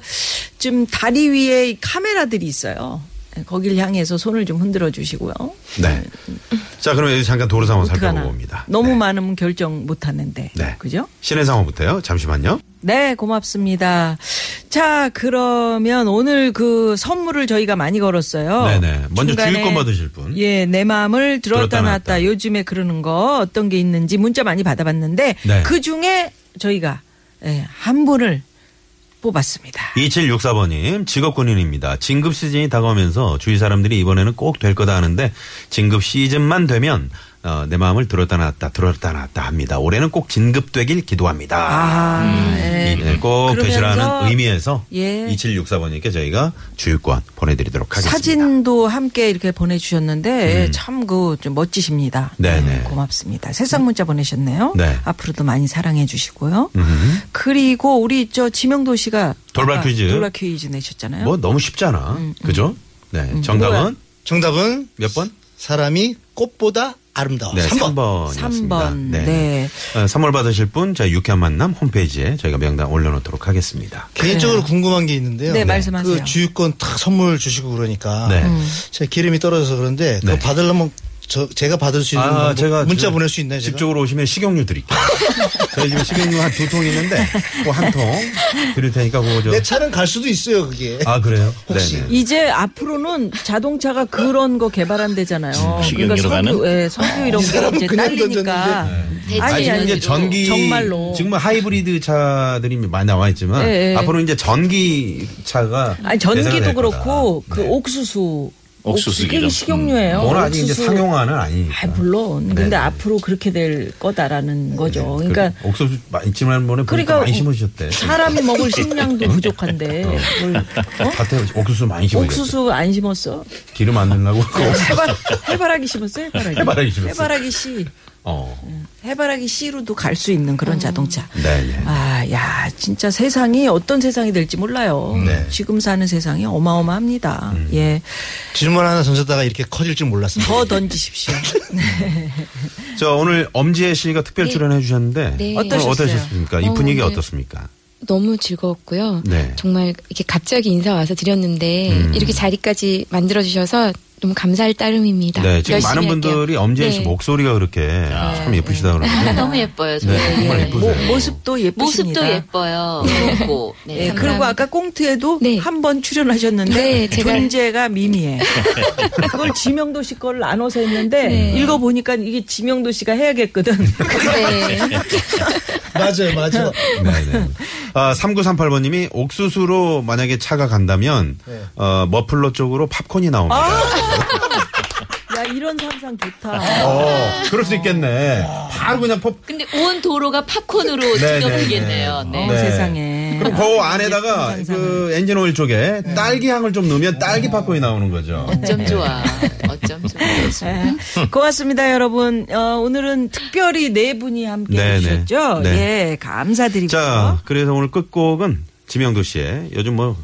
[SPEAKER 2] 좀 다리 위에 이 카메라들이 있어요. 예, 거길 향해서 손을 좀 흔들어 주시고요.
[SPEAKER 1] 네.
[SPEAKER 2] *laughs*
[SPEAKER 1] 자, 그럼 여기 잠깐 도로 상황
[SPEAKER 2] 어떡하나.
[SPEAKER 1] 살펴봅니다.
[SPEAKER 2] 너무
[SPEAKER 1] 네.
[SPEAKER 2] 많으면 결정 못 하는데.
[SPEAKER 1] 네.
[SPEAKER 2] 그죠?
[SPEAKER 1] 시내 상황부터요. 잠시만요.
[SPEAKER 2] 네, 고맙습니다. 자, 그러면 오늘 그 선물을 저희가 많이 걸었어요.
[SPEAKER 1] 네네. 먼저
[SPEAKER 2] 중간에
[SPEAKER 1] 주유권 받으실 분.
[SPEAKER 2] 예, 내 마음을 들었다
[SPEAKER 1] 들었다 놨다.
[SPEAKER 2] 놨다. 요즘에 그러는 거 어떤 게 있는지 문자 많이 받아봤는데
[SPEAKER 1] 네.
[SPEAKER 2] 그 중에 저희가 예, 한 분을 뽑았습니다.
[SPEAKER 1] 2764번님, 직업군인입니다. 진급 시즌이 다가오면서 주위 사람들이 이번에는 꼭 될 거다 하는데, 진급 시즌만 되면, 어, 내 마음을 들었다 놨다, 들었다 놨다 합니다. 올해는 꼭 진급되길 기도합니다.
[SPEAKER 2] 아, 예.
[SPEAKER 1] 네, 꼭
[SPEAKER 2] 그러면서-
[SPEAKER 1] 되시라는 의미에서
[SPEAKER 2] 예.
[SPEAKER 1] 2764번님께 저희가 주유권 보내드리도록 하겠습니다. 음.
[SPEAKER 2] 사진도 함께 이렇게 보내주셨는데 참 그 좀 멋지십니다.
[SPEAKER 1] 네네.
[SPEAKER 2] 고맙습니다. 세상 문자 보내셨네요.
[SPEAKER 1] 네.
[SPEAKER 2] 앞으로도 많이 사랑해 주시고요. 그리고 우리 저 지명도 씨가
[SPEAKER 1] 돌발
[SPEAKER 2] 아까
[SPEAKER 1] 퀴즈.
[SPEAKER 2] 돌발 퀴즈 내셨잖아요.
[SPEAKER 1] 뭐 너무 쉽잖아. 그죠? 네. 정답은
[SPEAKER 2] 음, 뭐야?
[SPEAKER 3] 정답은
[SPEAKER 1] 몇 번?
[SPEAKER 3] 사람이 꽃보다 아름다워.
[SPEAKER 2] 어,
[SPEAKER 1] 네,
[SPEAKER 3] 3번.
[SPEAKER 1] 3번. 이었습니다
[SPEAKER 2] 3번. 네.
[SPEAKER 1] 어, 선물 받으실 분, 저희 유쾌한 만남 홈페이지에 저희가 명단 올려놓도록 하겠습니다.
[SPEAKER 3] 개인적으로 궁금한 게 있는데요.
[SPEAKER 2] 네, 말씀하세요.
[SPEAKER 3] 그 주유권 다 선물 주시고 그러니까
[SPEAKER 1] 네.
[SPEAKER 3] 제가 기름이 떨어져서 그런데
[SPEAKER 1] 네.
[SPEAKER 3] 그거 받으려면 저 제가 받을 수
[SPEAKER 1] 아,
[SPEAKER 3] 있는 방법, 뭐 문자 보낼 수 있나요? 제가?
[SPEAKER 1] 집쪽으로 오시면 식용유 드릴게요.
[SPEAKER 2] *laughs*
[SPEAKER 1] 저희 지금 식용유 한 두 통 있는데, 그 한 통 드릴 테니까 그거 저.
[SPEAKER 3] 내 차는 갈 수도 있어요, 그게.
[SPEAKER 1] 아, 그래요?
[SPEAKER 3] 혹시.
[SPEAKER 1] 네네.
[SPEAKER 2] 이제 앞으로는 자동차가 그런 거 개발한대잖아요.
[SPEAKER 5] 음,
[SPEAKER 2] 그러니까
[SPEAKER 5] 식용유로
[SPEAKER 2] 석유, 예, 석유 이런
[SPEAKER 3] 이
[SPEAKER 2] 게
[SPEAKER 1] 아,
[SPEAKER 3] 사람은
[SPEAKER 2] 이제
[SPEAKER 3] 그냥
[SPEAKER 2] 딸리니까.
[SPEAKER 7] 네.
[SPEAKER 2] 아니,
[SPEAKER 7] 대체
[SPEAKER 2] 아니,
[SPEAKER 1] 이제
[SPEAKER 7] 에너지도
[SPEAKER 1] 전기
[SPEAKER 2] 정말로.
[SPEAKER 1] 지금 뭐 하이브리드 차들이 많이 나와 있지만
[SPEAKER 2] 예, 예.
[SPEAKER 1] 앞으로 이제 전기 차가
[SPEAKER 2] 아니
[SPEAKER 1] 대세가 될
[SPEAKER 2] 전기도
[SPEAKER 1] 거다.
[SPEAKER 2] 그렇고 그
[SPEAKER 1] 네. 음,
[SPEAKER 2] 옥수수 옥수-
[SPEAKER 5] 옥수수
[SPEAKER 2] 이게
[SPEAKER 5] 기름.
[SPEAKER 2] 식용유예요.
[SPEAKER 1] 뭐는 아직 이제
[SPEAKER 2] 옥수수.
[SPEAKER 1] 상용화는 아니니까.
[SPEAKER 2] 아, 물론. 근데
[SPEAKER 1] 네네.
[SPEAKER 2] 앞으로 그렇게 될 거다라는 거죠.
[SPEAKER 1] 그
[SPEAKER 2] 그러니까
[SPEAKER 1] 옥수수 많이 지난번에
[SPEAKER 2] 그러니까
[SPEAKER 1] 그러니까 많이 심으셨대. 네.
[SPEAKER 2] 사람이 먹을 식량도 부족한데 뭘, 어?
[SPEAKER 1] 그 밭에 옥수수 많이 심으셨대.
[SPEAKER 2] 옥수수 네. 안 심었어?
[SPEAKER 1] 기름 안
[SPEAKER 2] *laughs*
[SPEAKER 1] 넣으려고.
[SPEAKER 2] 해바라, 해바라기 심었어요? 해바라기.
[SPEAKER 1] 해바라기 심었어요.
[SPEAKER 2] 해바라기 씨.
[SPEAKER 1] 어.
[SPEAKER 2] 해바라기 씨로도 갈 수 있는 그런 자동차.
[SPEAKER 1] 음. 네네.
[SPEAKER 2] 아, 야, 진짜 세상이 어떤 세상이 될지 몰라요.
[SPEAKER 1] 네. 음.
[SPEAKER 2] 지금 사는 세상이 어마어마합니다. 예.
[SPEAKER 3] 질문 하나 던졌다가 이렇게 커질 줄 몰랐습니다.
[SPEAKER 2] 더 던지십시오.
[SPEAKER 1] 저 오늘 엄지혜 씨가 특별 출연해 주셨는데
[SPEAKER 8] 네.
[SPEAKER 1] 오늘
[SPEAKER 2] 어떠셨어요?
[SPEAKER 1] 어떠셨습니까? 이
[SPEAKER 8] 어,
[SPEAKER 1] 분위기
[SPEAKER 8] 오늘
[SPEAKER 1] 어떻습니까?
[SPEAKER 8] 너무 즐거웠고요.
[SPEAKER 1] 네.
[SPEAKER 8] 정말 이렇게 갑자기 인사 와서 드렸는데
[SPEAKER 1] 음.
[SPEAKER 8] 이렇게 자리까지 만들어 주셔서 너무 감사할 따름입니다.
[SPEAKER 1] 네, 지금
[SPEAKER 8] 열심히
[SPEAKER 1] 많은 분들이
[SPEAKER 8] 할게요.
[SPEAKER 1] 엄지혜 씨
[SPEAKER 8] 네.
[SPEAKER 1] 목소리가 그렇게 아, 참 예쁘시다 그러는데.
[SPEAKER 7] 너무
[SPEAKER 1] 네,
[SPEAKER 7] 예뻐요. 정말.
[SPEAKER 1] 정말
[SPEAKER 7] 네.
[SPEAKER 1] 예쁘세요.
[SPEAKER 2] 뭐, 모습도 예쁘십니다.
[SPEAKER 7] 모습도 예뻐요. 부럽고. 네,
[SPEAKER 2] 예, 그리고
[SPEAKER 7] 감사합니다.
[SPEAKER 2] 아까 꽁트에도
[SPEAKER 8] 네.
[SPEAKER 2] 한 번 출연하셨는데
[SPEAKER 8] 네, 제가-
[SPEAKER 2] 존재가 미미해. 그걸 지명도 씨 거를 나눠서 했는데
[SPEAKER 7] 네.
[SPEAKER 2] 읽어보니까 이게 지명도 씨가 해야겠거든.
[SPEAKER 8] 네.
[SPEAKER 3] 맞아요, 맞아요.
[SPEAKER 1] 네네. *laughs* 아, 3938번님이 옥수수로 만약에 차가 간다면
[SPEAKER 3] 네.
[SPEAKER 1] 어, 머플러 쪽으로 팝콘이 나옵니다.
[SPEAKER 2] *laughs*
[SPEAKER 3] 아!
[SPEAKER 2] 야 이런 상상 좋다.
[SPEAKER 1] 어, 그럴 수 있겠네. 바로 그냥 팝.
[SPEAKER 7] 근데 온 도로가
[SPEAKER 3] 그
[SPEAKER 7] 팝콘으로
[SPEAKER 1] 네,
[SPEAKER 7] 뒤덮이겠네요. 네.
[SPEAKER 2] 어, 세상에.
[SPEAKER 1] 그럼 그 안에다가 그 엔진 오일 쪽에
[SPEAKER 3] 네.
[SPEAKER 1] 딸기 향을 좀 넣으면 딸기 팝콘이 나오는 거죠.
[SPEAKER 7] 어쩜 좋아. 어쩜 좋아.
[SPEAKER 2] 네. 고맙습니다, 여러분. 어, 오늘은 특별히 네 분이 함께
[SPEAKER 1] 네,
[SPEAKER 2] 해주셨죠?
[SPEAKER 1] 네.
[SPEAKER 2] 예, 감사드리고요.
[SPEAKER 1] 자, 그래서 오늘 끝곡은 지명도 씨의 요즘 뭐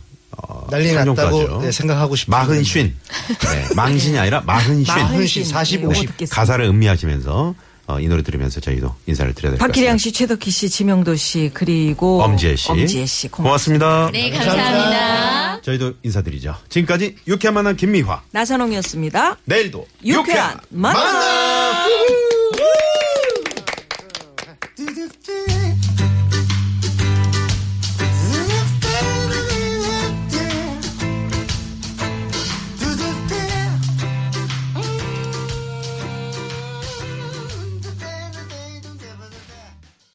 [SPEAKER 1] 어,
[SPEAKER 3] 난리 났다고
[SPEAKER 1] 상종과죠.
[SPEAKER 3] 네, 생각하고 싶은
[SPEAKER 1] 마흔쉰. 네, 망신이 아니라 마흔쉰.
[SPEAKER 2] 마흔
[SPEAKER 3] 마흔 씨, 40,
[SPEAKER 2] 네,
[SPEAKER 3] 50.
[SPEAKER 2] 듣겠습니다.
[SPEAKER 1] 가사를 음미하시면서 어, 이 노래 들으면서 저희도 인사를 드려야 될 것 같습니다.
[SPEAKER 2] 박기량 씨, 최덕희 씨, 지명도 씨, 그리고
[SPEAKER 1] 엄지혜 씨.
[SPEAKER 2] 엄지혜 씨, 고맙습니다.
[SPEAKER 1] 고맙습니다.
[SPEAKER 7] 네, 감사합니다.
[SPEAKER 1] 저희도 인사드리죠. 지금까지 유쾌한 만남 김미화.
[SPEAKER 2] 나선홍이었습니다.
[SPEAKER 1] 내일도
[SPEAKER 2] 유쾌한 만남.
[SPEAKER 3] 만남.